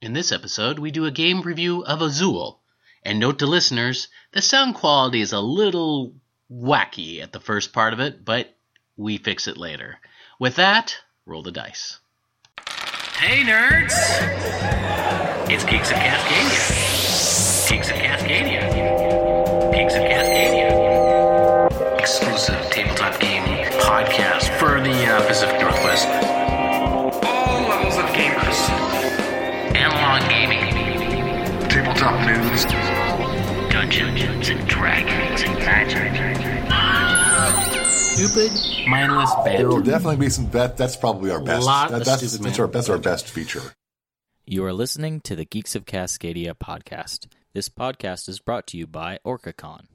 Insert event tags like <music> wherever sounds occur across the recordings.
In this episode, we do a game review of Azul. And note to listeners, the sound quality is a little wacky at the first part of it, but we fix it later. With that, roll the dice. Hey, nerds! It's Geeks of Cascadia. Geeks of Cascadia. Geeks of Cascadia. Exclusive tabletop game podcast for the uh, Pacific Northwest. All levels of gamers. Analog gaming. Tabletop news. Dungeons and Dragons and Stupid, mindless There will banter. definitely be some. That, that's probably our best. Lot that, of that's, stupid that's man. our that's our best feature. You are listening to the Geeks of Cascadia podcast. This podcast is brought to you by OrcaCon.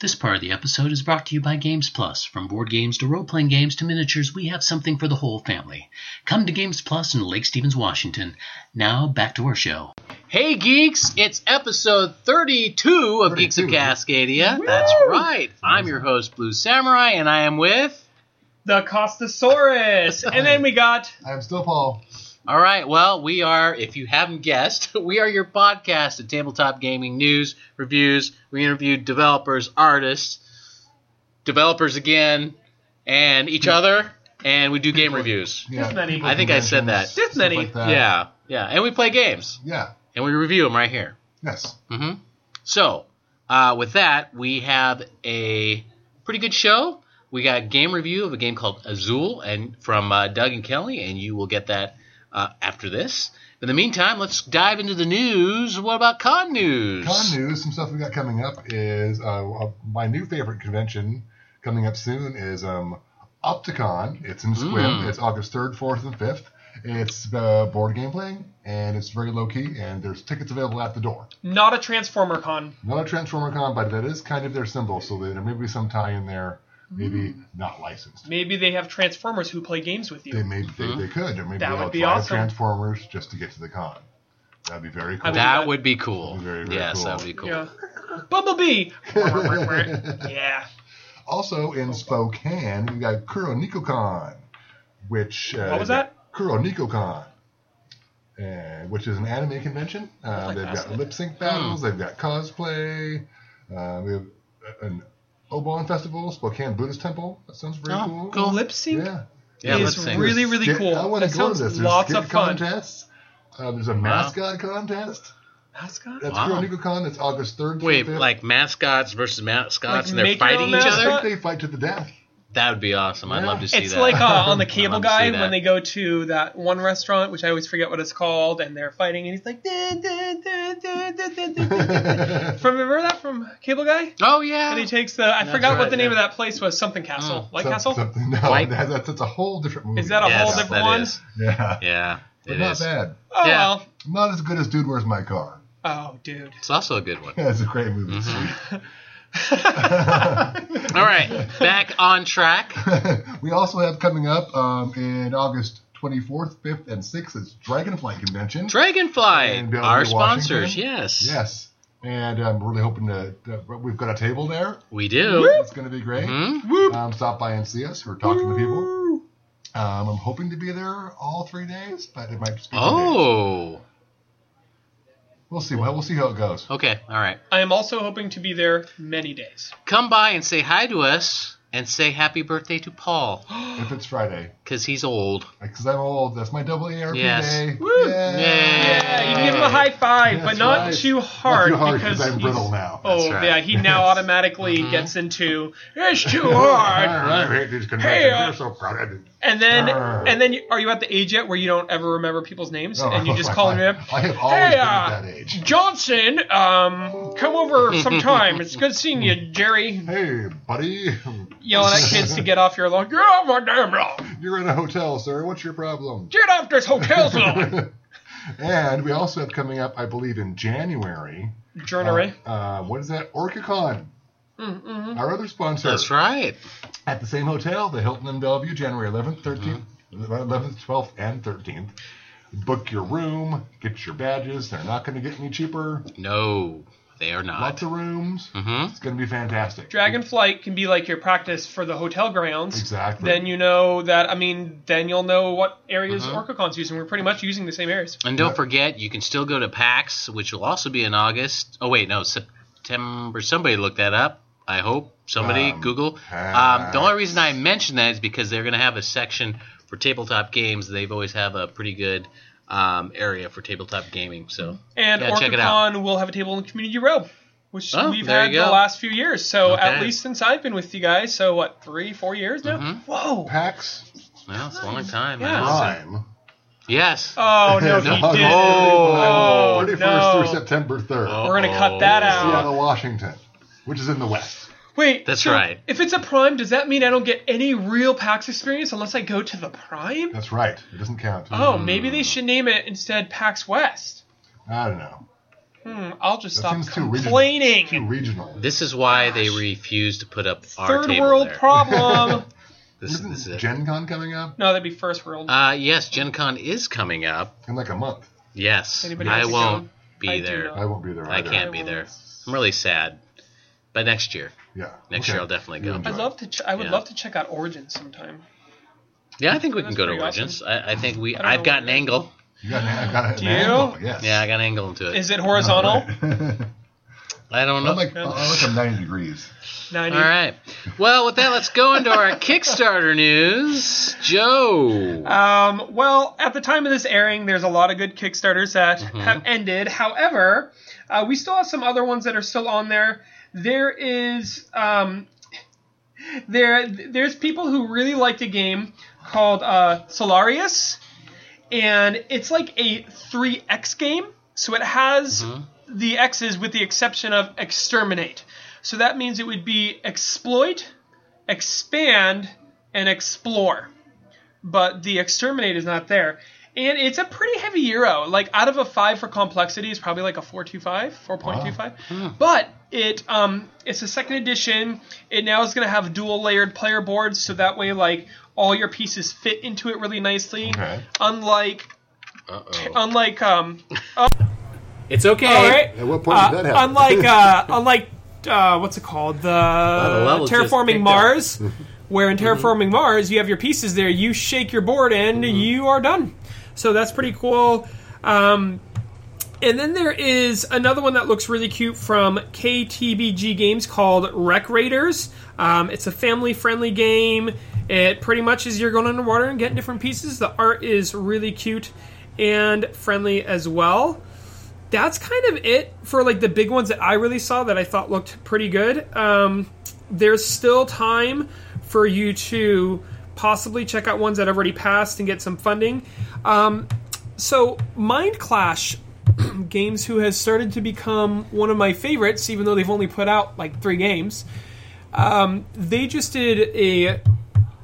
This part of the episode is brought to you by Games Plus. From board games to role playing games to miniatures, we have something for the whole family. Come to Games Plus in Lake Stevens, Washington. Now back to our show. Hey geeks, it's episode 32 of Geeks of Cascadia. That's right. I'm your host, Blue Samurai, and I am with. <laughs> the Costasaurus. and then we got I'm still Paul. All right. Well, we are, if you haven't guessed, <laughs> we are your podcast at tabletop gaming news, reviews. We interviewed developers, artists, developers again, and each other, and we do game reviews. Just many. I think I said that. Just many. Yeah. Yeah. And we play games, Yeah. and we review them right here. Yes. Mm-hmm. So, uh, with that, we have a pretty good show. We got a game review of a game called Azul, and from uh, Doug and Kelly, and you will get that uh, after this. In the meantime, let's dive into the news. What about con news? Con news, some stuff we got coming up is uh, uh, my new favorite convention coming up soon is um, Opticon. It's in Swim. Mm. It's August 3rd, 4th, and 5th. It's uh, board game playing, and it's very low key, and there's tickets available at the door. Not a Transformer con. Not a Transformer Con, but that is kind of their symbol, so there may be some tie in there, maybe Mm. not licensed. Maybe they have Transformers who play games with They you. may they, they could. There may Mm-hmm. That be, would like be five awesome. Transformers just to get to the con. That'd be very cool. I That would be cool. Very, very yes, cool. that would be cool. Yeah. <laughs> Bumblebee. yeah. Also in Spokane, we got Kuro Nikocon, which uh, What was that? Kuro Nikocon, and which is an anime convention. Uh, like they've that. got lip sync battles, Hmm. they've got cosplay, uh, we have an Obon festival, Spokane Buddhist temple. That sounds very Oh, cool. cool. Lip sync Yeah, Yeah, is let's sing. really, really Skit- cool. I want that to go sounds to this. There's lots skit of fun. contests. Uh, there's a mascot contest. Mascot? That's Wow. Kuro Nikocon. That's August third. through Wait, 5th. like mascots versus mascots, Like and they're make your own fighting each I mascot? other? think they fight to the death. That would be awesome. I'd Yeah. love to see It's that. like uh, on the I'd cable love to see guy that. when they go to that one restaurant, which I always forget what it's called, and they're fighting, and he's like, "Da, da, da, da, da, da, <laughs> da, da." From- remember that from Cable Guy? <laughs> oh, yeah. And he takes the I That's forgot right, what the name yeah. Mm, of that place was, something Castle, <laughs> White Some- Castle. Something, no, White- that- that's, that's a whole different movie. Is that a yes, whole different that one? is. Yeah. Yeah, But it not is. bad. Oh Yeah. well. Not as good as Dude, Where's My Car? <laughs> Oh, dude. It's also a good one. Yeah, it's a great movie. Mm-hmm. All right, back on track. <laughs> we also have coming up um, in August 24th, 5th, and 6th is Dragonfly Convention. Dragonfly, And Bellevue, our Washington. sponsors, yes. yes. And I'm really hoping to, to- we've got a table there. We do. It's going to be great. Mhm. Mm-hmm. Um, stop by and see us. We're talking to people. Um, I'm hoping to be there all three days, but it might just be two days. Oh, We'll see. Well, we'll see how it <gasps> goes. okay, all right. I am also hoping to be there many days. Come by and say hi to us and say happy birthday to Paul If it's Friday, because he's old. because I'm old, that's my double ARP Yes. day. Woo! Yeah. Yeah, you can give him a Yay. high five, That's but not right. too hard, Not too hard because because I'm he's- brittle now. Oh That's right. yeah, he now automatically Mm-hmm. gets into it's too hard, Hey, uh, so proud of it. and then Arr. and then you- are you at the age yet where you don't ever remember people's names and you just call I, them Oh. <laughs> I have always Hey, been at uh, that age. Johnson? Um, come over sometime. It's good seeing you, Jerry. Hey, buddy, <laughs> Yelling at kids to get off your lawn. Get off my damn lawn! you're in a hotel, sir. What's your <laughs> problem? Get off this <laughs> hotel's lawn, And we also have coming up, I believe, in January. Journery. Uh, what is that? OrcaCon. Mm-hmm. Our other sponsor. That's right. At the same hotel, the Hilton in Bellevue, January 11th, 13th, Mm-hmm. 11th, 12th, and 13th. Book your room, get your badges. They're not going to get any cheaper. No, I They are not. Lots of rooms. Mhm. It's going to be fantastic. Dragonflight can be like your practice for the hotel grounds. Exactly. Then you know that. I mean, then you'll know what areas Uh-huh. OrcaCon's using. We're pretty much using the same areas. And don't forget, you can still go to PAX, which will also be in August. Oh wait, no, September. Somebody look that up. I hope somebody Um, Google. Um, PAX. the only reason I mention that is because they're going to have a section for tabletop games. They've always have a pretty good um, area for tabletop gaming. So And Yeah, check it out. OrcaCon will have a table in Community Row, which Oh, we've there had you the go. last few years. So at Okay. Mm-hmm. least since I've been with you guys, so what, three, four years now? Whoa. PAX well, it's a long time. Yeah. man. Prime. Yes. Oh <laughs> no, he No. didn't. Oh, Oh, 31st through no. September 3rd. We're gonna cut that out. Seattle, Washington, which is in the West. Wait, That's so right. If it's a prime, does that mean I don't get any real PAX experience unless I go to the prime? That's right. It doesn't count. Oh, maybe they Mm. should name it instead PAX West. I don't know. Hmm, I'll just That stop seems too regional. complaining. Too regional. This is why they refuse to put up our Third table world there. <laughs> problem. This, Isn't this is it. Gen Con coming up no, that'd be first world. Uh, yes, Gen Con is coming up. in like a month? Yes, Anybody I else won't going? be I do there. not. I won't be there. I either. can't be there. I'm really sad. But next year. Yeah. Next year I'll definitely You go. enjoy. I'd love to. Ch- I would Yeah. love to check out Origins sometime. Yeah, I think we can That's go to pretty awesome. Origins. I, I think we. I don't I've know got what an it is. angle. You got an, I got an Do you? angle, Yes. Yeah, I got an angle into it. Is it horizontal? I Oh don't know. <laughs> I'm like, I'm like I'm 90 degrees. Ninety. All right. Well, with that, let's go into our Kickstarter news. Joe. Um, well, at the time of this airing, there's a lot of good Kickstarters that Mm-hmm. have ended. However, uh, we still have some other ones that are still on there. There is um, there there's people who really liked a game called uh, Solarius, and it's like a 3X game. So it has Mm-hmm. the X's with the exception of exterminate. So that means it would be exploit, expand, and explore but the exterminate is not there. And it's a pretty heavy euro. Like out of a five for complexity, it's probably like a 425, 4.25. But it um it's a second edition. It now is gonna have dual layered player boards, so that way like all your pieces fit into it really nicely. Okay. Unlike unlike um It's okay. all right. At what point Uh, did that happen? <laughs> unlike uh, unlike uh, what's it called the of levels just picked terraforming up. <laughs> Mars, Mm-hmm. where in terraforming Mars you have your pieces there, you shake your board and Mm-hmm. you are done. So that's pretty cool. Um, and then there is another one that looks really cute from KTBG Games called Rec Raiders. Um, it's a family friendly game. It pretty much is you're going underwater and getting different pieces. The art is really cute and friendly as well that's kind of it for like the big ones that I really saw that I thought looked pretty good. Um, there's still time for you to possibly check out ones that have already passed and get some funding. Um, so Mind Clash <clears throat> Games, who has started to become one of my favorites, even though they've only put out like three games, um, they just did a,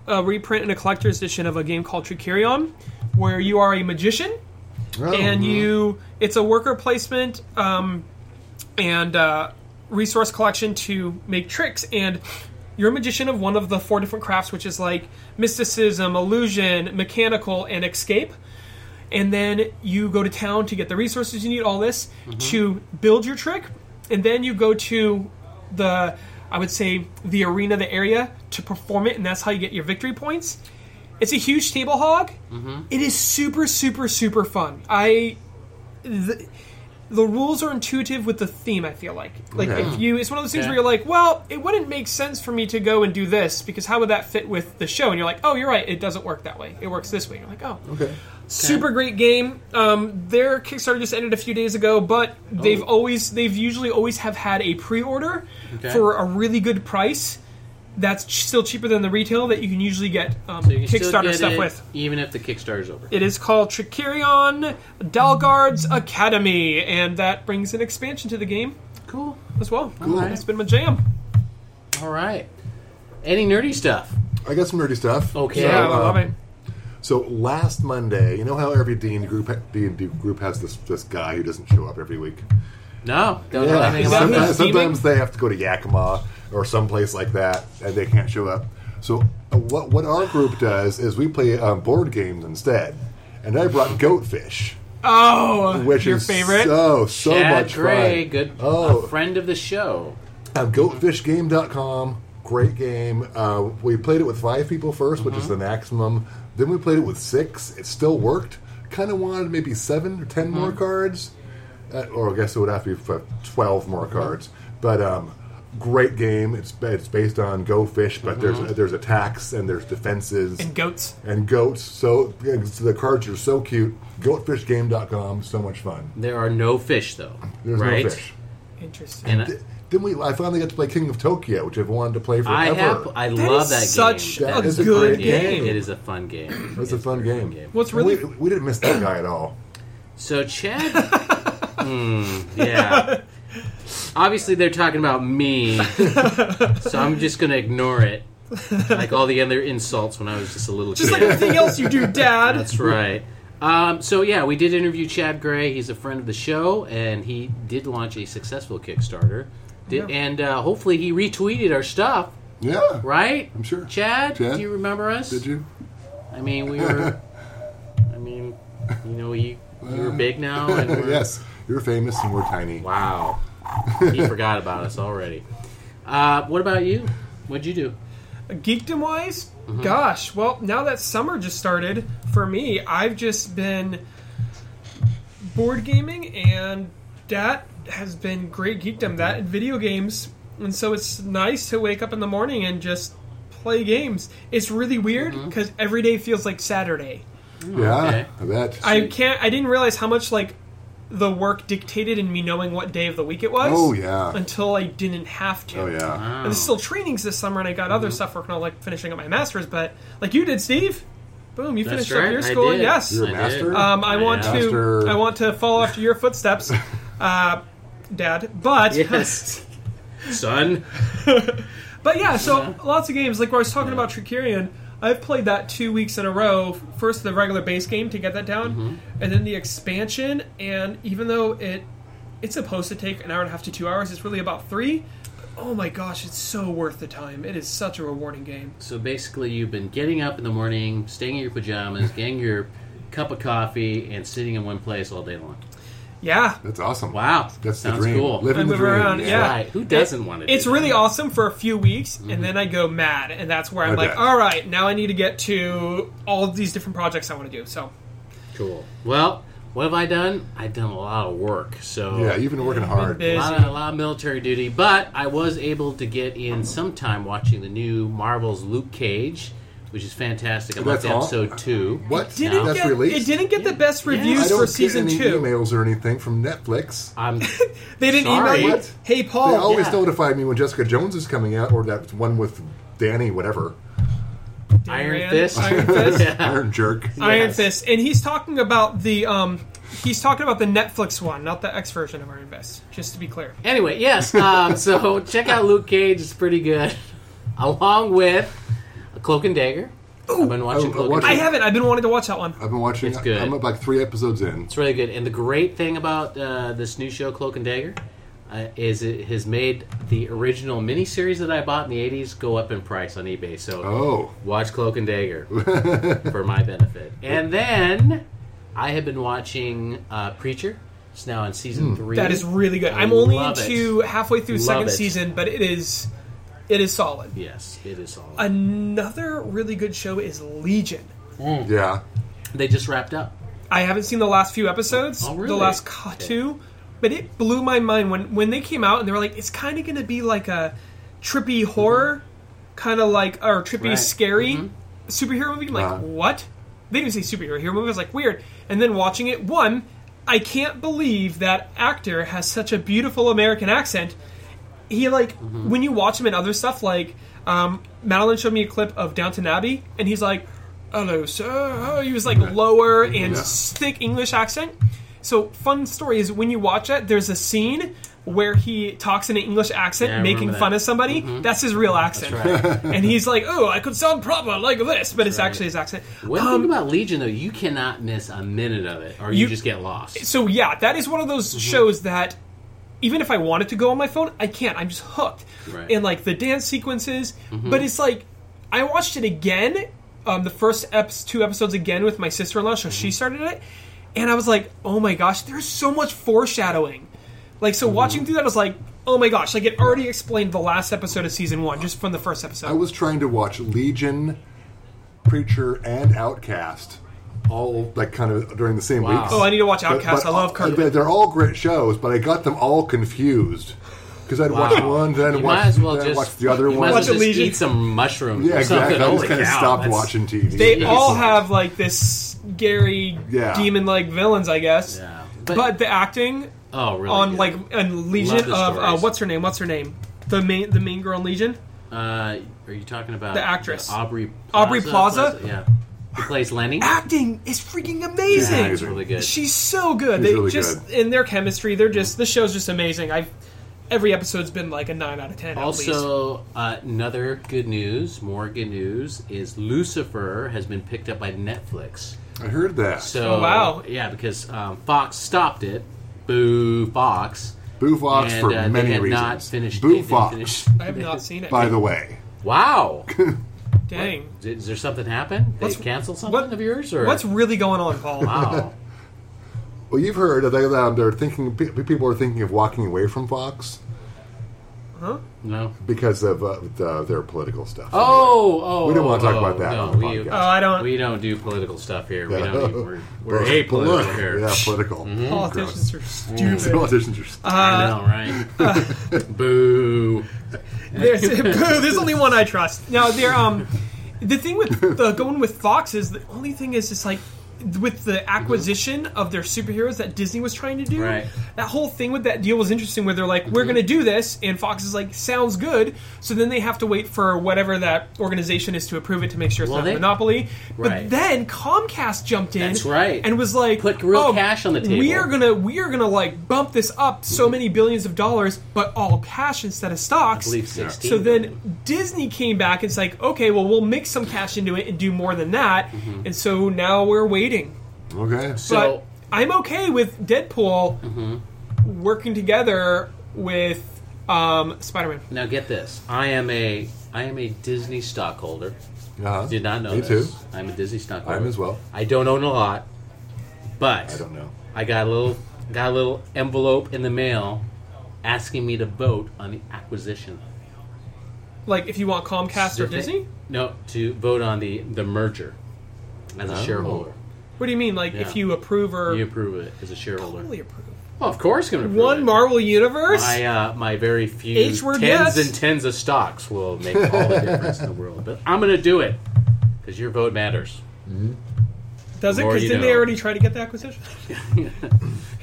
a reprint and a collector's edition of a game called Tricurion, where you are a magician and you it's a worker placement um, and uh, resource collection to make tricks and you're a magician of one of the four different crafts which is like mysticism illusion mechanical and escape and then you go to town to get the resources you need all this to build your trick and then you go to the i would say the arena the area to perform it and that's how you get your victory points it's a huge table hog it is super super super fun i the, the rules are intuitive with the theme i feel like like if you it's one of those things where you're like well it wouldn't make sense for me to go and do this because how would that fit with the show and you're like oh you're right it doesn't work that way it works this way you're like oh okay super great game um, their kickstarter just ended a few days ago but they've always they've usually always have had a pre-order for a really good price that's ch- still cheaper than the retail that you can usually get um, kickstarter stuff with even if the Kickstarter's over. it is called Tricurion Dalgard's Academy, and that brings an expansion to the game Cool. as well. It's been my jam. All right. Any nerdy stuff? I got some nerdy stuff. Okay. So, Yeah, I love um, it. So last Monday, you know how every D and D group D and D group has this this guy who doesn't show up every week. No. Don't know Yeah, anything about sometimes, that. this. sometimes they have to go to Yakima or someplace like that, and they can't show up. So uh, what what our group does is we play um, board games instead, and I brought Goatfish. Oh, which your is favorite? so so Chad much Gray, fun. good Oh. a friend of the show. Um, goatfishgame.com, great game. Uh, we played it with five people 1st which is the maximum. Then we played it with six. It still worked. Kind of wanted maybe seven or 10 more cards, uh, or I guess it would have to be for twelve more cards. But um, great game. It's ba- it's based on Go Fish, but there's there's attacks and there's defenses and goats. and goats. So the cards are so cute. Goatfishgame.com, so much fun. There are no fish though, There's right? no fish. Interesting. And Th- Then we, I finally got to play King of Tokyo, which I've wanted to play forever. I have, I love is that such game. a is good fun game. It is a fun game. That's a fun game. What's And we- really we, didn't miss that guy at <clears throat> all. So Chad, Hmm, yeah. Obviously, they're talking about me, so I'm just gonna ignore it, like all the other insults when I was just a little just kid. like everything else you do, Dad? That's right. Um, so yeah, we did interview Chad Gray. He's a friend of the show, and he did launch a successful Kickstarter. Did, And uh, hopefully, he retweeted our stuff, Yeah. right? I'm sure. Chad, Chad? do you remember us? Did you? I mean, we were. I mean, you know, you you're big now, and we're, Yes. You're famous and we're tiny. Wow, he forgot about us already. Uh, what about you? What'd you do? Geekdom wise, Mm-hmm. gosh, well, now that summer just started for me, I've just been board gaming, and that has been great geekdom. That and video games, and so it's nice to wake up in the morning and just play games. It's really weird Mm-hmm. because every day feels like Saturday. yeah, okay. I bet. I can't. I didn't realize how much like the work dictated in me knowing what day of the week it was. oh yeah, Until I didn't have to. oh yeah. Um, I was still trainings this summer, and I got Mhm. other stuff working on, like finishing up my master's. But like you did, Steve, boom, you That's finished right, up your I school. did. Yes, You're I a did. master. um, I want am. to. Master. I want to follow after <laughs> your footsteps, uh, Dad. But Yes, son. but yeah, so lots of games. Like where I was talking about Tricurion, I've played that two weeks in a row. First the regular base game to get that down, and then the expansion. And even though it it's supposed to take an hour and a half to two hours, it's really about three. But, oh my gosh, it's so worth the time. It is such a rewarding game. So basically, you've been getting up in the morning, staying in your pajamas, getting your cup of coffee, and sitting in one place all day long. Yeah, That's awesome. Wow, That's sounds the dream. cool. Living And the move dream. around, yeah. Right? Who doesn't want to? It's do really that? awesome for a few weeks, and then I go mad, and that's where I'm Okay. like, all right, now I need to get to all of these different projects I want to do. So cool. Well, what have I done? I've done a lot of work. So Yeah, you've been working hard. a busy. lot, of, a lot of military duty, but I was able to get in some time watching the new Marvel's Luke Cage, which is fantastic. I'm up That's to all? episode two. What? didn't That's get, released. It didn't get the best reviews I don't for get season any two. emails or anything from Netflix. <laughs> I'm They didn't Sorry. email you. What? They Hey, Paul. always Oh, yeah. notify me when Jessica Jones is coming out, or that one with Danny, whatever, Iron Rand, Fist. <laughs> Iron <laughs> Fist. Iron Jerk. Iron Yes. Fist, and he's talking about the um, he's talking about the Netflix one, not the X version of Iron Fist. Just to be clear, Anyway, yes. Um, <laughs> so check out Luke Cage; it's pretty good. <laughs> Along with Cloak and Dagger. I've been watching I- I Cloak and watched Dagger. I haven't. I've been wanting to watch that one. I've been watching. It's good. I'm up like three episodes in. It's really good. And the great thing about uh, this new show, Cloak and Dagger, uh, is it has made the original miniseries that I bought in the '80s go up in price on eBay. So Oh, Watch Cloak and Dagger <laughs> for my benefit. And then I have been watching uh, Preacher. It's now in season three. Hmm. That is really good. I I'm only love it. into halfway through Love second it. season, but it is it is solid. yes, it is all. Another really good show is Legion. yeah. they just wrapped up. I haven't seen the last few episodes, Oh, really? the last ca- two, but it blew my mind when when they came out and they were like, it's kind of going to be like a trippy horror, kind of like or trippy Mm-hmm. Right. Mm-hmm. scary superhero movie. I'm like Uh-huh. what? They didn't say superhero hero movie. I was like weird. And then watching it, one, I can't believe that actor has such a beautiful American accent. He like Mm-hmm. when you watch him in other stuff like um, Madeline showed me a clip of Downton Abbey, and he's like, "Hello, sir." He was like lower and thick English accent. So, fun story is when you watch it, there's a scene where he talks in an English accent, Yeah, I making remember fun that. Mm-hmm. of somebody. That's his real accent, <laughs> and he's like, "Oh, I could sound proper like this," but it's actually his accent. One Um, thing about Legion, though, you cannot miss a minute of it, or you, You- just get lost. so yeah, that is one of those shows that even if I wanted to go on my phone, I can't. I'm just hooked. Right. And like the dance sequences, but it's like I watched it again, um, the first eps- two episodes again with my sister in law, so she started it, and I was like, oh my gosh, there's so much foreshadowing. Like, so watching through that, I was like, oh my gosh, like it already explained the last episode of season one, just from the first episode. I was trying to watch Legion, Preacher, and Outcast all like kind of during the same week. Oh, I need to watch Outcast. I love Kirk. uh, They're all great shows, but I got them all confused because I'd watch one, then I'd You might watch, as well then I'd just watch the other you one. Might as well Watch just Legion. eat some mushrooms. yeah, or exactly. Something. I just Holy kind of cow, stopped that's- watching TV. They Yes. all have like this scary Yeah. demon-like villains, I guess. Yeah. But, the acting oh, really? on good. like and Love Legion the of uh, stories. what's her name? What's her name? The main the main girl in Legion. Uh, are you talking about The actress. Aubrey Plaza? Aubrey Plaza? Yeah, who plays Lenny? Acting is freaking Yeah, amazing. he's really good. She's so good. She's they really just good. in their chemistry. They're just the show's just amazing. I've every episode's been like a nine out of ten. at least. also, uh, another good news, more good news, is Lucifer has been picked up by Netflix. I heard that. So Oh, wow. yeah, because um, Fox stopped it. Boo, Fox. Boo Fox And, for uh, many they had reasons. Not finished. they Boo didn't Fox, finish- <laughs> I have not seen it. by the way. <laughs> Wow. Dang, Is there something happen? They What's- canceled something what- of yours, or what's really going on, Paul? <laughs> wow? Well, you've heard that um, they're thinking pe- people are thinking of walking away from Fox No. because of uh, the, their political stuff. Oh, oh. We don't wanna talk oh, about that No, on the we, Oh, I <laughs> don't. we don't do political stuff here. We Yeah. don't. Do, we're <laughs> we're Anyway. apolitical Polit- here. Mm-hmm. Yeah, political. Politicians are Gross. <laughs> stupid. Politicians are st- I know, right? <laughs> Boo. <laughs> There's, boo, there's only one I trust. No, they're um. The <laughs> thing with the going with Fox is the only thing is it's like with the acquisition of their superheroes that Disney was trying to do. Right. Mm-hmm. That whole thing with that deal was interesting, where they're like, "We're going to do this," and Fox is like, "Sounds good." So then they have to wait for whatever that organization is to approve it to make sure it's Well, not they- a monopoly. But Right. then Comcast jumped in. That's right. And was like, Put real "Oh, cash on the table." We are gonna we are gonna like bump this up so many billions of dollars, but all cash instead of stocks. I believe 16 So then Disney came back and it's like, okay, well we'll mix some cash into it and do more than that. And so now we're waiting. okay. Mm-hmm. So Mm-hmm. but I'm okay with Deadpool working together with um, Spider-Man. now get this. I am a I am a Disney stockholder. Uh-huh. Did not know Me this. too. I'm a Disney stockholder. I'm as well. I don't own a lot, but I don't know. I got a little got a little envelope in the mail asking me to vote on the acquisition. Like if you want Comcast or If they- Disney? No, to vote on the the merger as a Oh. shareholder. What do you mean? Like Yeah. if you approve or You approve it as a shareholder. Totally approve. Well, of course, going to approve One it. Marvel universe? My uh, my very few H word tens yes. and tens of stocks will make all the difference in the world. But I'm going to do it because your vote matters. Does it? Lord, Because you didn't they know. already try to get the acquisition?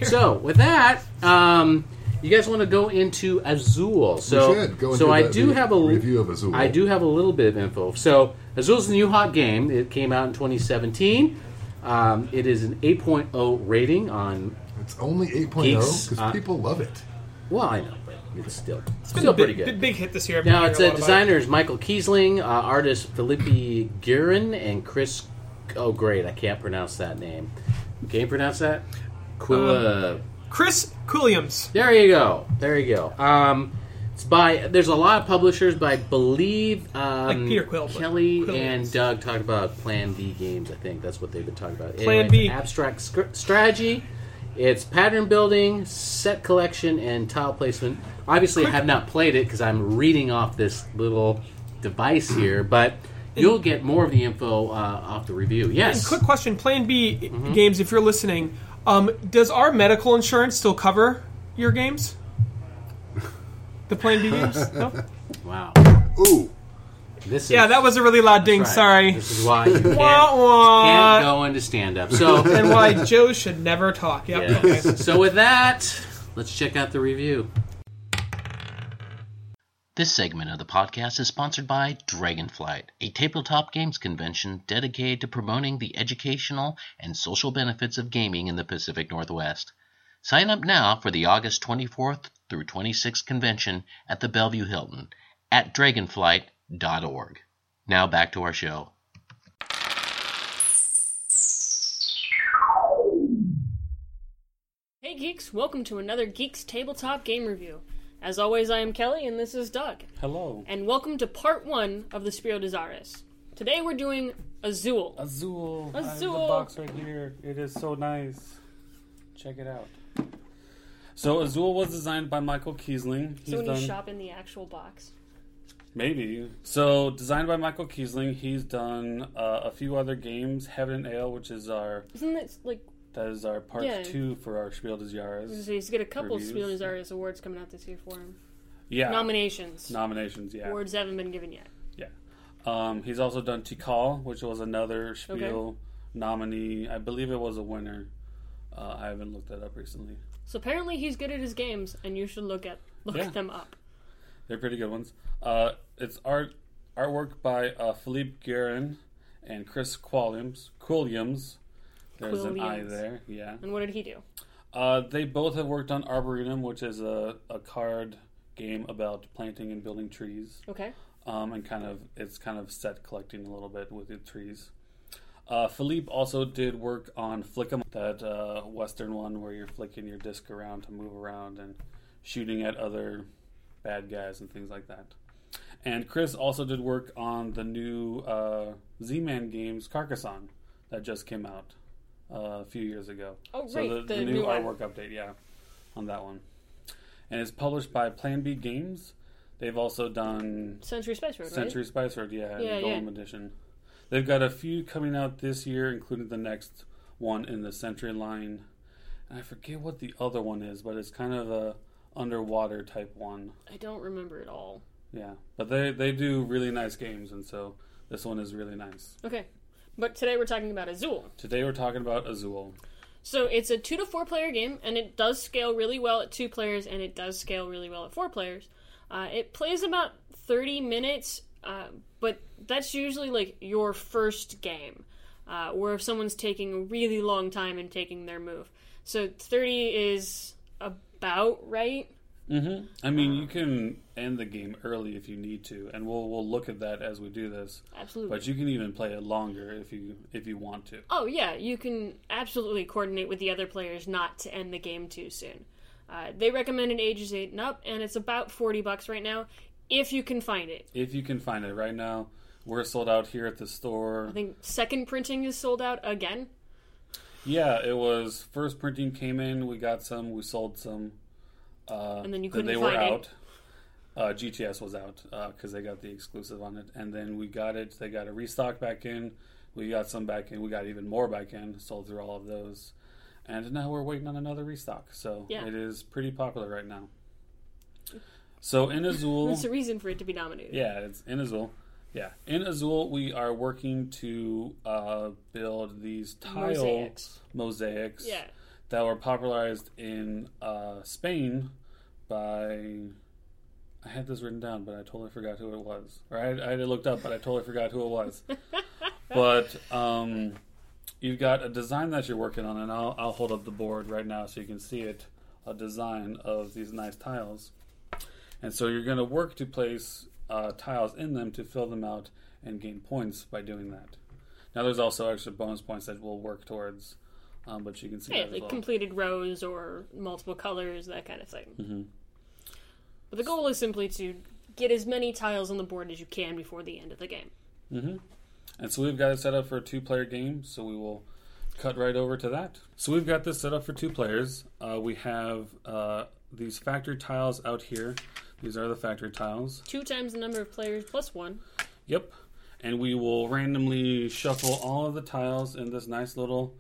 So with that, um, you guys want to go into Azul? So should go so into I the- do the have a review of Azul. I do have a little bit of info. So Azul's the new hot game. It came out in 2017. Um, it is an 8.0 rating on. It's only 8.0 Geeks, because uh, people love it. Well, I know, but it's still still big, pretty good. Big, big hit this year. I've been Now, hearing it's a uh, lot about designers Michael Kiesling, uh, artist Felipe Guerin, and Chris. Oh, great! I can't pronounce that name. Can you pronounce that? Uh, Quilla. it. Chris Williams. there you go. There you go. Um, it's by. There's a lot of publishers, but I believe um, Peter Quill, but Kelly, Quill and is- Doug talked about Plan B games. I think that's what they've been talking about. Plan it's B. abstract scr- strategy. It's pattern building, set collection, and tile placement. Obviously, I have not played it because I'm reading off this little device here, but you'll get more of the info uh, off the review. Yes. Mm-hmm. Quick question: Plan B games. If you're listening, um, does our medical insurance still cover <laughs> your games? The Plan B games? No? Wow. Ooh, This is, Yeah, that was a really loud ding. right. Sorry. This is why you can't, <laughs> Wah, wah. can't go into stand up. <laughs> So, and why Joe should never talk. Yep. okay. yes. so with that, let's check out the review. This segment of the podcast is sponsored by Dragonflight, a tabletop games convention dedicated to promoting the educational and social benefits of gaming in the Pacific Northwest. Sign up now for the August 24th through 26th convention at the Bellevue Hilton at dragonflight.org. Now back to our show. Hey geeks, welcome to another Geeks Tabletop Game Review. As always, I am Kelly and this is Doug. Hello. And welcome to part one of the Spiro Desaris. Today we're doing Azul. Azul. I have Azul. the box right here. It is so nice. Check it out. So Azul was designed by Michael Kiesling. He's So when you done- shop in the actual box, Maybe. So, designed by Michael Kiesling, he's done uh, a few other games. Heaven and Ale, which is our isn't that like that is our part Yeah. two for our Spiel des Jahres. so he's got a couple of Spiel Reviews. Uh, des Jahres awards coming out this year for him? Yeah, Nominations. nominations. Yeah, Awards haven't been given yet. yeah. Um, he's also done Tikal, which was another Spiel Okay. nominee. I believe it was a winner. Uh, I haven't looked that up recently. So apparently he's good at his games, and you should look at look Yeah. them up. They're pretty good ones. Uh, it's art artwork by uh, Philippe Guerin and Chris Quilliams. Quilliams. There's an I Quilliams. there. Yeah. And what did he do? Uh, they both have worked on Arboretum, which is a, a card game about planting and building trees, Okay. um, and kind of it's kind of set collecting a little bit with the trees. Uh, Philippe also did work on Flick'em, that uh, Western one where you're flicking your disc around to move around and shooting at other bad guys and things like that. And Chris also did work on the new uh, Z-Man games Carcassonne that just came out uh, a few years ago. Oh, so right, the, the new, new one. artwork update, yeah, on that one. And it's published by Plan B Games. They've also done Century Space Road, Century Spice Road, yeah, Yeah, yeah Golem yeah. Edition. They've got a few coming out this year, including the next one in the Century line. And I forget what the other one is, but it's kind of a underwater type one. right? I don't remember at all. Yeah, but they they do really nice games, and so this one is really nice. Okay. But today we're talking about Azul. Today we're talking about Azul. So it's a two to four player game, and it does scale really well at two players, and it does scale really well at four players. Uh, it plays about thirty minutes, uh, but that's usually like your first game, uh, or if someone's taking a really long time and taking their move. So thirty is about right. I mean, you can end the game early if you need to, and we'll we'll look at that as we do this. Absolutely. But you can even play it longer if you if you want to. Oh yeah, you can absolutely coordinate with the other players not to end the game too soon. Uh, they recommended ages eight and up, and it's about forty bucks right now if you can find it. If you can find it right now, we're sold out here at the store. I think second printing is sold out again. Yeah, it was first printing came in. We got some. We sold some. Uh, And then you th- couldn't they were find it. out. Uh, GTS was out because they got the exclusive on it, and then we got it. They got a restock back in. We got some back in. We got even more back in. Sold through all of those, and now we're waiting on another restock. So Yeah. it is pretty popular right now. So <laughs> in Azul, That's a reason for it to be nominated. yeah, it's in Azul. Yeah, in Azul, we are working to uh, build these tile Mosaics. mosaics Yeah. that were popularized in uh, Spain by. I had this written down, but I totally forgot who it was. Or I, I had it looked up, but I totally forgot who <laughs> it was. but um, you've got a design that you're working on, and I'll, I'll hold up the board right now so you can see it a design of these nice tiles. And so you're going to work to place uh, tiles in them to fill them out and gain points by doing that. Now, there's also extra bonus points that we'll work towards, um, but you can see Yeah, that as like well. completed rows or multiple colors, that kind of thing. But the goal is simply to get as many tiles on the board as you can before the end of the game. And so we've got it set up for a two player game, so we will cut right over to that. So we've got this set up for two players. Uh, we have uh, these factory tiles out here. These are the factory tiles. Two times the number of players plus one. Yep. And we will randomly shuffle all of the tiles in this nice little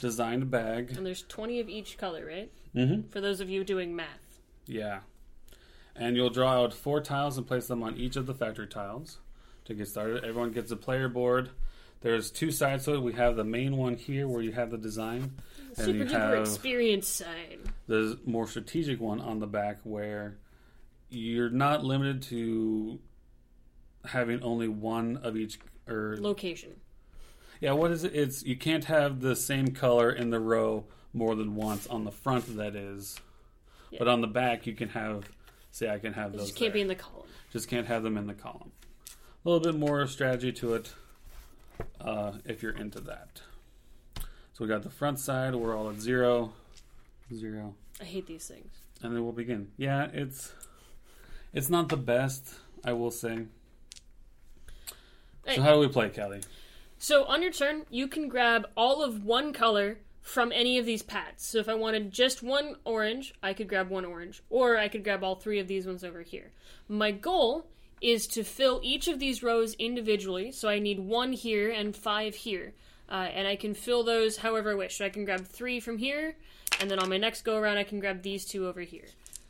designed bag. And there's 20 of each color, right? Mm-hmm. For those of you doing math. Yeah. And you'll draw out four tiles and place them on each of the factory tiles to get started. Everyone gets a player board. There's two sides to it. We have the main one here where you have the design. and Super you duper have experience uh, side. the more strategic one on the back where you're not limited to having only one of each or Location. yeah what is it it's you can't have the same color in the row more than once on the front that is but on the back you can have say i can have You those just can't be there. in the column. just can't have them in the column a little bit more strategy to it uh, if you're into that so we got the front side we're all at zero zero I hate these things. and then we'll begin. Yeah, it's it's not the best, I will say. Hey. So how do we play, Kelly? So on your turn, you can grab all of one color from any of these pads. So if I wanted just one orange, I could grab one orange, or I could grab all three of these ones over here. My goal is to fill each of these rows individually, so I need one here and five here. Uh, and I can fill those however I wish. So I can grab three from here, and then on my next go around, I can grab these two over here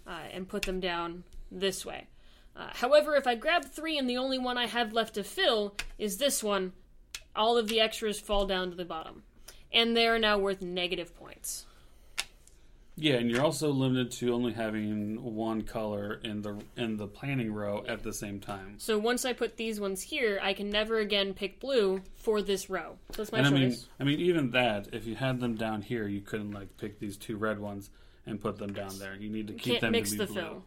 uh, and put them down this way. Uh, however, if I grab three and the only one I have left to fill is this one, all of the extras fall down to the bottom. And they are now worth negative points. Yeah, and you're also limited to only having one color in the in the planning row at the same time. So once I put these ones here, I can never again pick blue for this row. So that's my and I choice. mean, I mean, even that, if you had them down here, you couldn't like pick these two red ones and put them down there. You need to Can't keep them mix to be the blue. fill.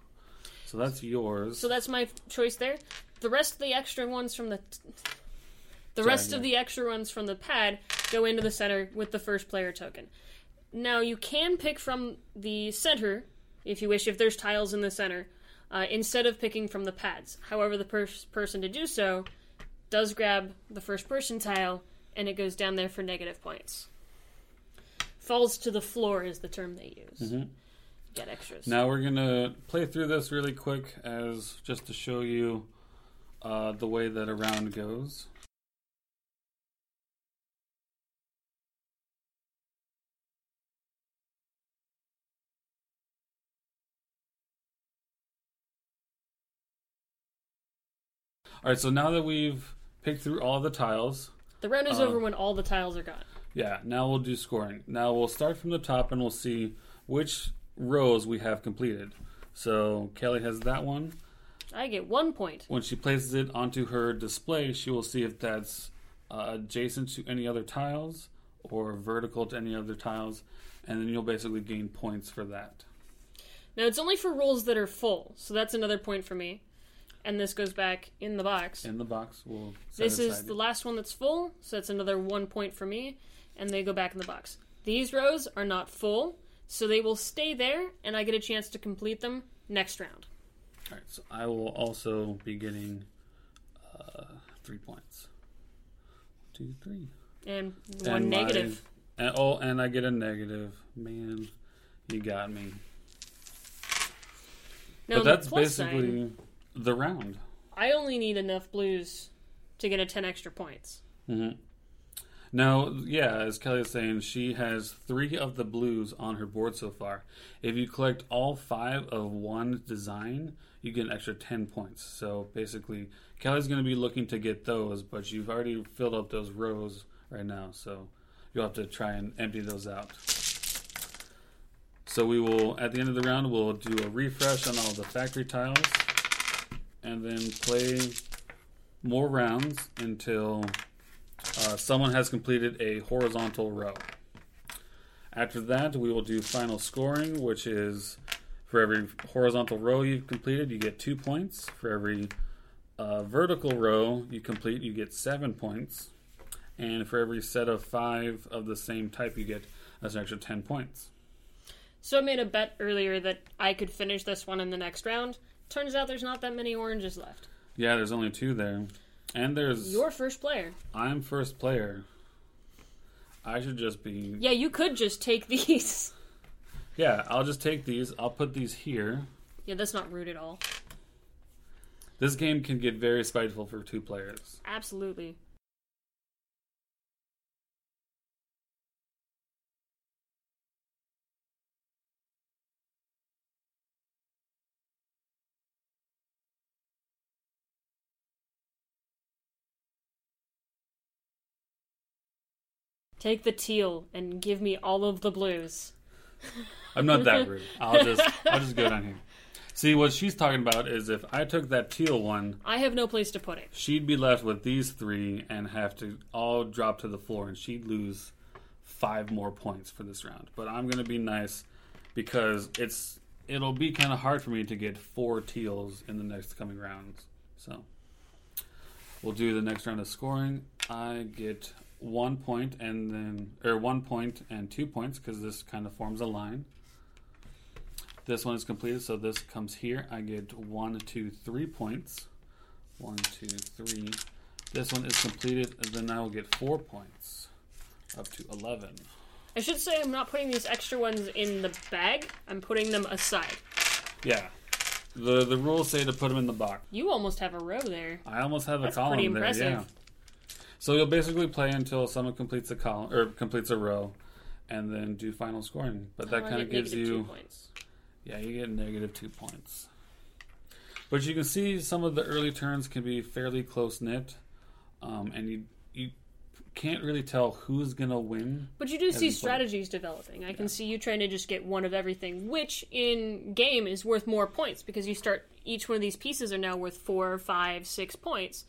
So that's yours. So that's my f- choice there. The rest of the extra ones from the the rest of the extra ones from the pad go into the center with the first player token. Now you can pick from the center if you wish if there's tiles in the center uh, instead of picking from the pads. However, the first person to do so does grab the first person tile and it goes down there for negative points. Falls to the floor is the term they use. Get extras. Now we're gonna play through this really quick, as just to show you uh, the way that a round goes. All right, so now that we've picked through all the tiles, The round is over when all the tiles are gone. yeah, now we'll do scoring. Now we'll start from the top and we'll see which rows we have completed. So Kelly has that one. I get one point. When she places it onto her display, she will see if that's uh, adjacent to any other tiles or vertical to any other tiles, and then you'll basically gain points for that. Now it's only for rolls that are full, so that's another point for me. And this goes back in the box. In the box, we'll set this is aside- the last one that's full, so that's another one point for me. And they go back in the box. These rows are not full, so they will stay there, and I get a chance to complete them next round. All right, so I will also be getting uh, three points. One, two, three. And one my- negative. and- oh, and I get a negative. Man, you got me. Now but on the that's plus basically side, the round. I only need enough blues to get a ten extra points. Now, yeah, as Kelly is saying, she has three of the blues on her board so far. If you collect all five of one design, you get an extra 10 points. So basically, Kelly's going to be looking to get those, but you've already filled up those rows right now. So you'll have to try and empty those out. So we will, at the end of the round, we'll do a refresh on all the factory tiles and then play more rounds until uh, someone has completed a horizontal row. After that, we will do final scoring, which is for every horizontal row you've completed, you get two points. For every uh, vertical row you complete, you get seven points. And for every set of five of the same type, you get that's an extra 10 points. So I made a bet earlier that I could finish this one in the next round. Turns out there's not that many oranges left. Yeah, there's only two there. And there's. Your first player. I'm first player. I should just be Yeah, you could just take these. <laughs> Yeah, I'll just take these. I'll put these here. Yeah, that's not rude at all. This game can get very spiteful for two players. Absolutely. Take the teal and give me all of the blues. I'm not that rude. I'll just I'll just go down here. See what she's talking about is if I took that teal one, I have no place to put it. she'd be left with these three and have to all drop to the floor and she'd lose five more points for this round. But I'm gonna be nice because it's it'll be kinda hard for me to get four teals in the next coming rounds. So We'll do the next round of scoring. I get one point and then, or one point and two points because this kind of forms a line. This one is completed, so this comes here. I get one, two, three points. One, two, three. This one is completed, and then I will get four points up to 11. I should say I'm not putting these extra ones in the bag. I'm putting them aside. Yeah. The the rules say to put them in the box. You almost have a row there. I almost have a That's column pretty there. impressive. Yeah. So you'll basically play until someone completes a column or completes a row, and then do final scoring. But that Oh, I kind of get gives negative two you points. yeah, you get negative two points. But you can see some of the early turns can be fairly close knit, um, and you you can't really tell who's gonna win. But you do see you play. strategies developing. I can see you trying to just get one of everything, which in game is worth more points because you start each one of these pieces are now worth four, five, six points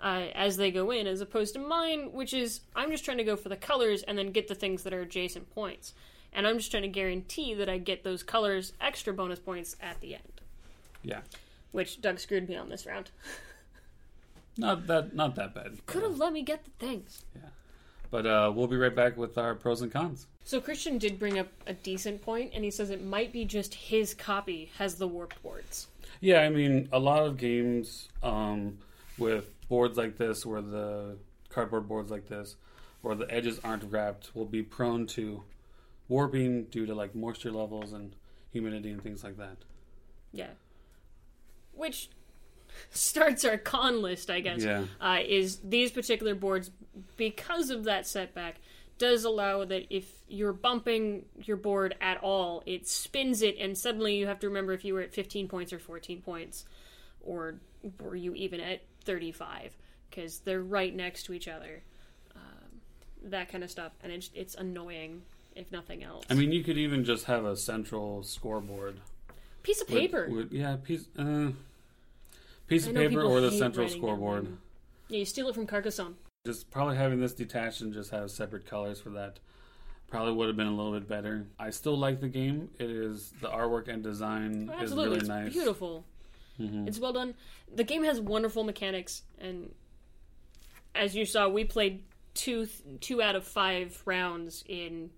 uh, as they go in, as opposed to mine, which is I'm just trying to go for the colors and then get the things that are adjacent points, and I'm just trying to guarantee that I get those colors extra bonus points at the end. Yeah, Which Doug screwed me on this round. not that not that bad. Could have let me get the things. But uh, we'll be right back with our pros and cons. So Christian did bring up a decent point, and he says it might be just his copy has the warped boards. Yeah, I mean, a lot of games um, with boards like this, where the cardboard boards like this, where the edges aren't wrapped, will be prone to warping due to like moisture levels and humidity and things like that. Yeah. Which <laughs> starts our con list, I guess. Yeah. Uh, is these particular boards, because of that setback, does allow that if you're bumping your board at all, it spins it, and suddenly you have to remember if you were at 15 points or 14 points, or were you even at 35, because they're right next to each other. Um, that kind of stuff. And it's, it's annoying, if nothing else. I mean, you could even just have a central scoreboard. Piece of Would- paper. would- yeah, piece, uh, piece I of know paper people or the hate central writing down scoreboard. them. Yeah, you steal it from Carcassonne. Just probably having this detached and just have separate colors for that probably would have been a little bit better. I still like the game. It is the artwork and design Oh, is Absolutely, really it's nice. Mm-hmm. beautiful. It's well done. The game has wonderful mechanics, and as you saw, we played two th- two out of five rounds in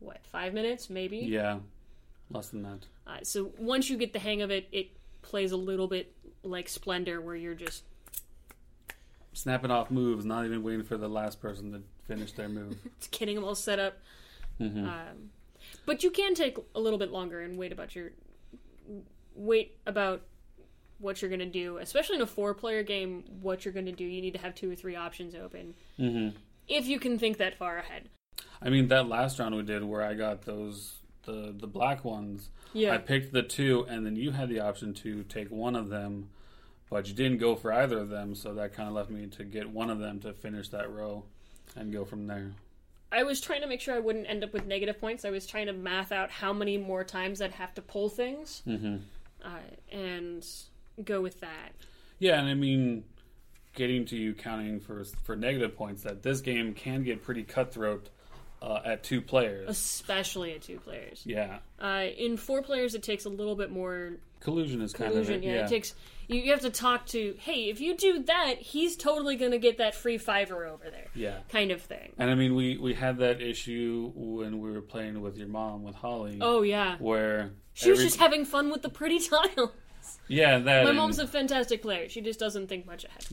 what five minutes, maybe. Yeah, less than that. Uh, so once you get the hang of it, it plays a little bit like Splendor, where you're just Snapping off moves, not even waiting for the last person to finish their move. <laughs> it's getting them all set up. Um, but you can take a little bit longer and wait about your wait about what you're going to do, especially in a four-player game. What you're going to do, you need to have two or three options open if you can think that far ahead. I mean, that last round we did where I got those the the black ones. Yeah. I picked the two, and then you had the option to take one of them, but you didn't go for either of them. So that kind of left me to get one of them to finish that row, and go from there. I was trying to make sure I wouldn't end up with negative points. I was trying to math out how many more times I'd have to pull things uh, and go with that. Yeah, and I mean, getting to you counting for for negative points that this game can get pretty cutthroat uh, at two players. Especially at two players. Yeah, Uh, in four players, it takes a little bit more collusion is kind collusion. of it. yeah, it takes you, you have to talk to. Hey, if you do that, he's totally going to get that free fiver over there. yeah. kind of thing. And I mean, we we had that issue when we were playing with your mom with Holly, Oh yeah, where she was every- just having fun with the pretty tile. yeah that My and, mom's a fantastic player. She just doesn't think much ahead.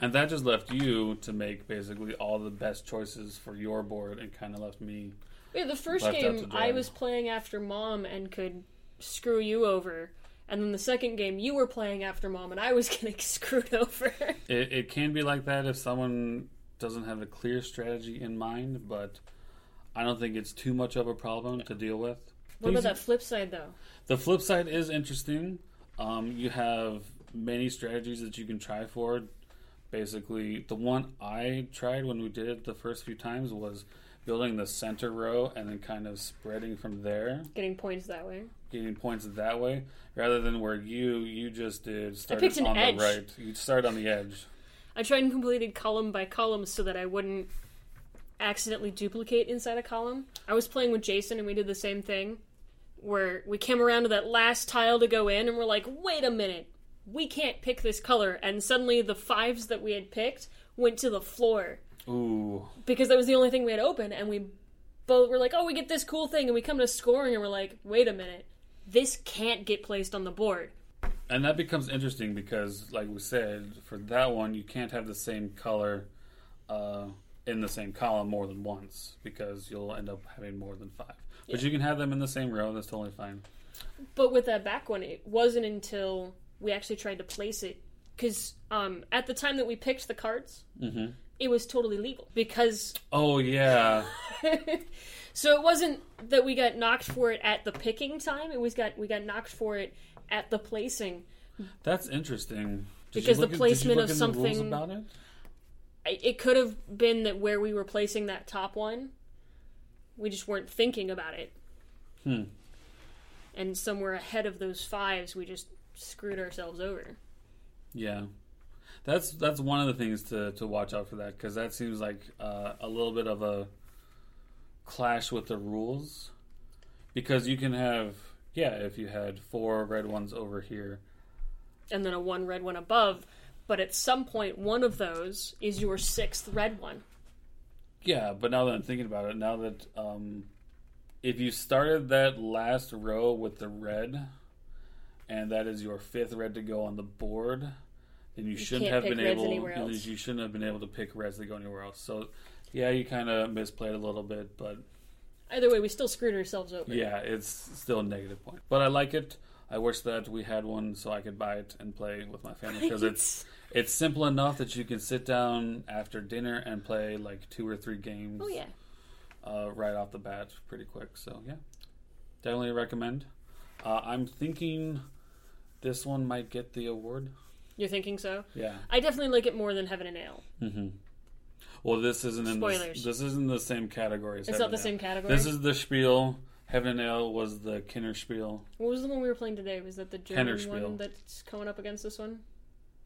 and that just left you to make basically all the best choices for your board, and kind of left me. Yeah, the first Left out to game dry. I was playing after mom and could screw you over, and then the second game you were playing after mom and I was <laughs> getting screwed over. It, it can be like that if someone doesn't have a clear strategy in mind, but I don't think it's too much of a problem to deal with. what about that flip side though? The flip side is interesting. Um, you have many strategies that you can try for. Basically, the one I tried when we did it the first few times was building the center row and then kind of spreading from there, Getting points that way. getting points that way, rather than where you you just did start picked an on edge. the right. You start on the edge. I tried and completed column by column so that I wouldn't accidentally duplicate inside a column. I was playing with Jason and we did the same thing where we came around to that last tile to go in and we're like, wait a minute, we can't pick this color. And suddenly the fives that we had picked went to the floor Ooh, because that was the only thing we had open. And we both were like, oh, we get this cool thing. And we come to scoring and we're like, wait a minute, this can't get placed on the board. and that becomes interesting because, like we said, for that one you can't have the same color uh, in the same column more than once because you'll end up having more than five. But you can have them in the same row. That's totally fine. But with that back one, it wasn't until we actually tried to place it because um, at the time that we picked the cards, it was totally legal because <laughs> Oh yeah, so it wasn't that we got knocked for it at the picking time. It was got we got knocked for it at the placing. that's interesting. Did you Because the look at- did you placement look of in the rules something- about it. I- It could have been that where we were placing that top one, we just weren't thinking about it. Hmm. And somewhere ahead of those fives, we just screwed ourselves over. Yeah, that's that's one of the things to to watch out for that because that seems like uh, a little bit of a clash with the rules because you can have yeah if you had four red ones over here and then a one red one above. But at some point, one of those is your sixth red one. yeah but now that I'm thinking about it now that um, if you started that last row with the red and that is your fifth red to go on the board then you, shouldn't can't have pick been reds able anywhere you know, else. you shouldn't have been able to pick reds to go anywhere else so yeah you kind of misplayed a little bit but Either way, we still screwed ourselves over. Yeah, it's still a negative point. But I like it. I wish that we had one so I could buy it and play with my family because it's it's simple enough that you can sit down after dinner and play like two or three games Oh yeah. uh, right off the bat pretty quick. So yeah, definitely recommend. Uh, I'm thinking this one might get the award. You're thinking so? Yeah. I definitely like it more than Heaven and Ale. Well, this isn't in the, Spoilers. this isn't the same category. As It's Heaven not the and same Ale. category? This is the spiel. Heaven and Ale was the Kinner spiel. What was the one we were playing today? Was that the German Hennerspiel. one that's coming up against this one?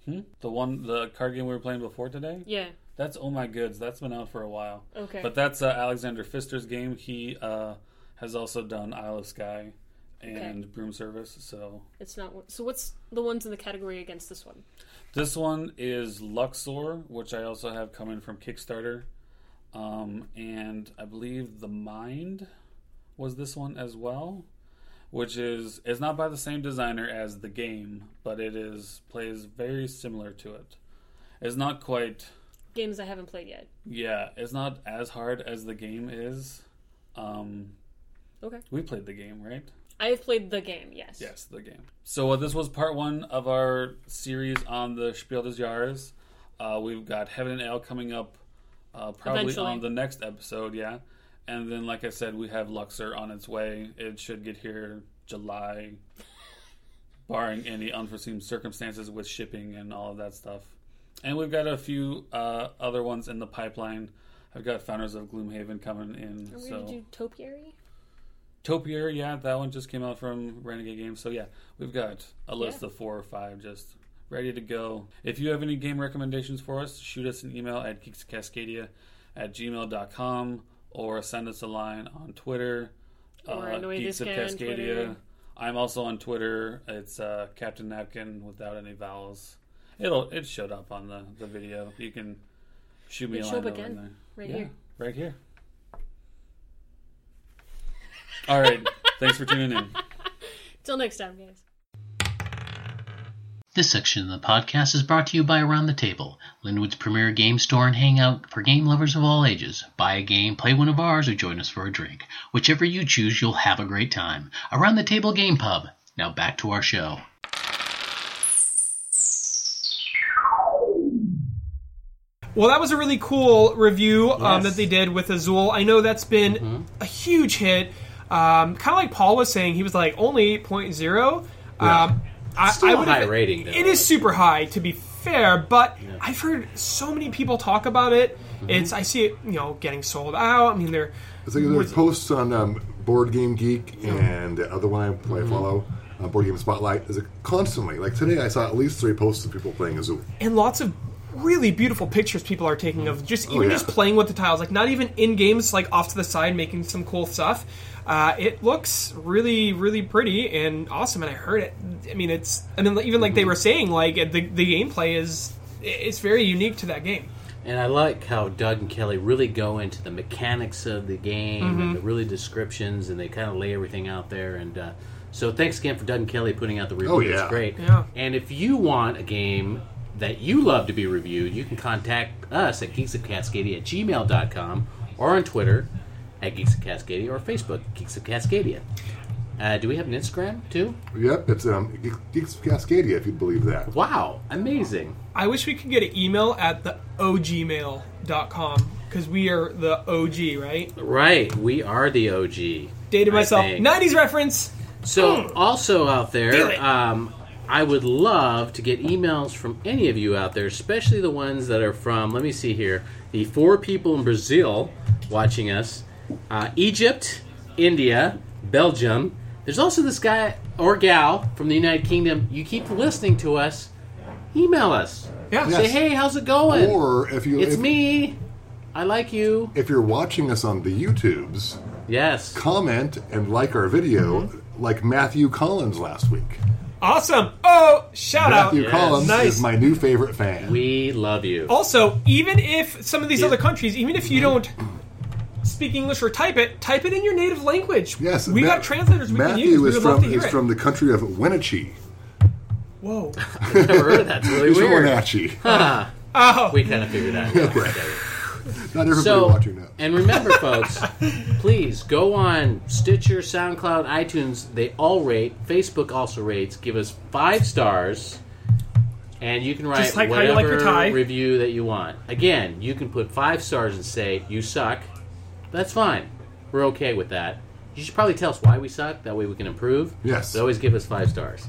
Hmm? The one, the card game we were playing before today. Yeah. That's Oh My Goods. That's been out for a while. Okay. But that's uh, Alexander Pfister's game. He uh, has also done Isle of Sky and Broom Service. So It's not. one- So what's the ones in the category against this one? this one is Luxor, which I also have coming from Kickstarter. Um, and I believe The Mind was this one as well, which is it's not by the same designer as the game, but it is plays very similar to it. It's not quite Games I haven't played yet. Yeah, it's not as hard as the game is. Um, Okay. we played the game, right? I have played the game. Yes. Yes, the game. So uh, this was part one of our series on the Spiel des Jahres. Uh, we've got Heaven and Ale coming up uh, probably Eventually. on the next episode, yeah. And then, like I said, we have Luxor on its way. It should get here July, barring any unforeseen circumstances with shipping and all of that stuff. And we've got a few uh, other ones in the pipeline. I've got Founders of Gloomhaven coming in. Are we so. gonna do Topiary? Topiary, yeah, that one just came out from Renegade Games. So yeah, we've got a list Yeah. of four or five just ready to go. If you have any game recommendations for us, shoot us an email at geekscascadia at gmail.com or send us a line on Twitter. Uh, Or annoy this guy on Twitter. I'm also on Twitter. It's uh, Captain Napkin without any vowels. It'll it showed up on the, the video. You can shoot me It a showed up line over again, there. right Yeah, here. Right here. All right. Thanks for tuning in. Till next time, guys. This section of the podcast is brought to you by Around the Table, Linwood's premier game store and hangout for game lovers of all ages. Buy a game, play one of ours, or join us for a drink. Whichever you choose, you'll have a great time. Around the Table Game Pub. Now back to our show. Well, that was a really cool review um, that they did with Azul. I know that's been Mm-hmm. a huge hit. Um, kind of like Paul was saying, he was like only 8.0. Um, I, Still I a would high have- rating, though. It is super high, to be fair, but I've heard so many people talk about it. Mm-hmm. It's I see it, you know, getting sold out. I mean, they're It's like there's posts on um, Board Game Geek and the other one I, I Mm-hmm. follow, uh, Board Game Spotlight. There's a, constantly, like today, I saw at least three posts of people playing Azul. and lots of really beautiful pictures people are taking of just even yeah. just playing with the tiles like not even in games like off to the side making some cool stuff uh, it looks really really pretty and awesome and i heard it i mean it's i mean even like they were saying like the, the gameplay is it's very unique to that game And I like how Doug and Kelly really go into the mechanics of the game and the really descriptions, and they kind of lay everything out there. And uh, so, thanks again for Doug and Kelly putting out the review. Oh, It's yeah. great. Yeah. And if you want a game that you love to be reviewed, you can contact us at geeksofcascadia at gmail.com or on Twitter at Geeks of Cascadia or Facebook, Geeks of Cascadia. Uh, do we have an Instagram too? Yep, it's um, Geek- Geeks of Cascadia, if you'd believe that. Wow, amazing. I wish we could get an email at the ogmail.com because we are the OG, right? Right, we are the OG. Dated I myself. think. 90s reference. So, also out Hmm. Do there, it. um, I would love to get emails from any of you out there, especially the ones that are from, let me see here, the four people in Brazil watching us, uh, Egypt, India, Belgium. There's also this guy or gal from the United Kingdom. You keep listening to us, email us. Yeah. Say, hey, how's it going? Or if you it's if, me. I like you. if you're watching us on the YouTubes, Yes. comment and like our video, Mm-hmm. like Matthew Collins last week. Awesome. Oh, shout Matthew out. Collins Nice. is my new favorite fan. We love Oh. you. Also, even if some of these other countries, even if you don't speak English or type it, type it in your native language. yes, we Ma- got translators we can Matthew use. We is would from love to hear is it. from the country of Wenatchee. Whoa. Never heard that. That's really He's from weird. Wenatchee. <laughs> Oh, We kind of figured that out. Not everybody So, watching that. and remember, folks, <laughs> please go on Stitcher, SoundCloud, iTunes. They all rate. Facebook also rates. Give us five stars, and you can write Just like how you whatever like your tie. review that you want. Again, you can put five stars and say you suck. That's fine. We're okay with that. You should probably tell us why we suck. That way we can improve. Yes. So always give us five stars.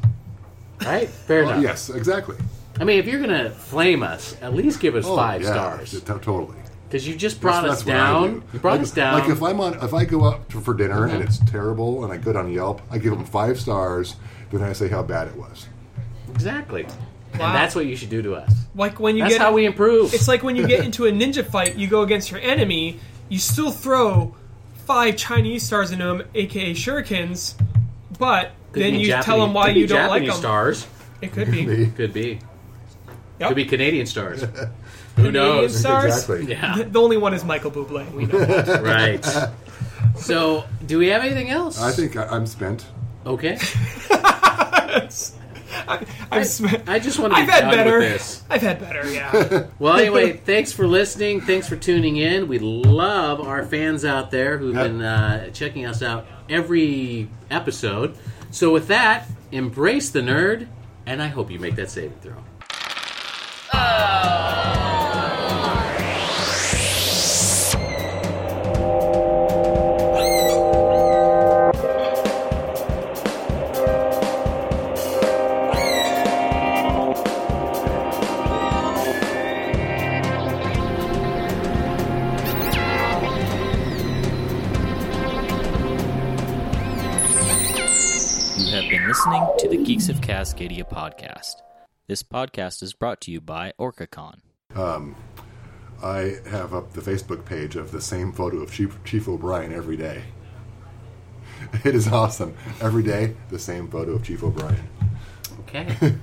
Right? Fair enough. Yes, exactly. I mean, if you're gonna flame us, at least give us Oh, five yeah, stars. t- totally. Because you just brought That's- us that's what I down. do. You brought like, us down. Like if I'm on, if I go out to- for dinner Mm-hmm. and it's terrible, and I go on Yelp, I give them five stars, then I say how bad it was. exactly. Wow. And that's what you should do to us. like when you That's get how we improve. It's like when you get into a ninja fight, you go against your enemy, you still throw five Chinese stars into them, aka shurikens, but Could then be you Japanese- tell them why could be you don't Japanese like them. stars. It <laughs> could be. Me? Could be. Yep. Could be Canadian <laughs> stars. Who knows? Stars. Exactly. <laughs> Yeah. The only one is Michael Bublé. <laughs> We know. Right. So, do we have anything else? I think I, I'm spent. Okay. I've, sm- I just want to be I've had done better. with this. I've had better. <laughs> Yeah. Well, anyway, <laughs> thanks for listening. Thanks for tuning in. We love our fans out there who've Yep. been uh, checking us out every episode. So, with that, embrace the nerd, and I hope you make that saving throw. You have been listening to the Geeks of Cascadia podcast. This podcast is brought to you by OrcaCon. I have up the Facebook page of the same photo of Chief, Chief O'Brien every day. <laughs> It is awesome. Every day, the same photo of Chief O'Brien. Okay.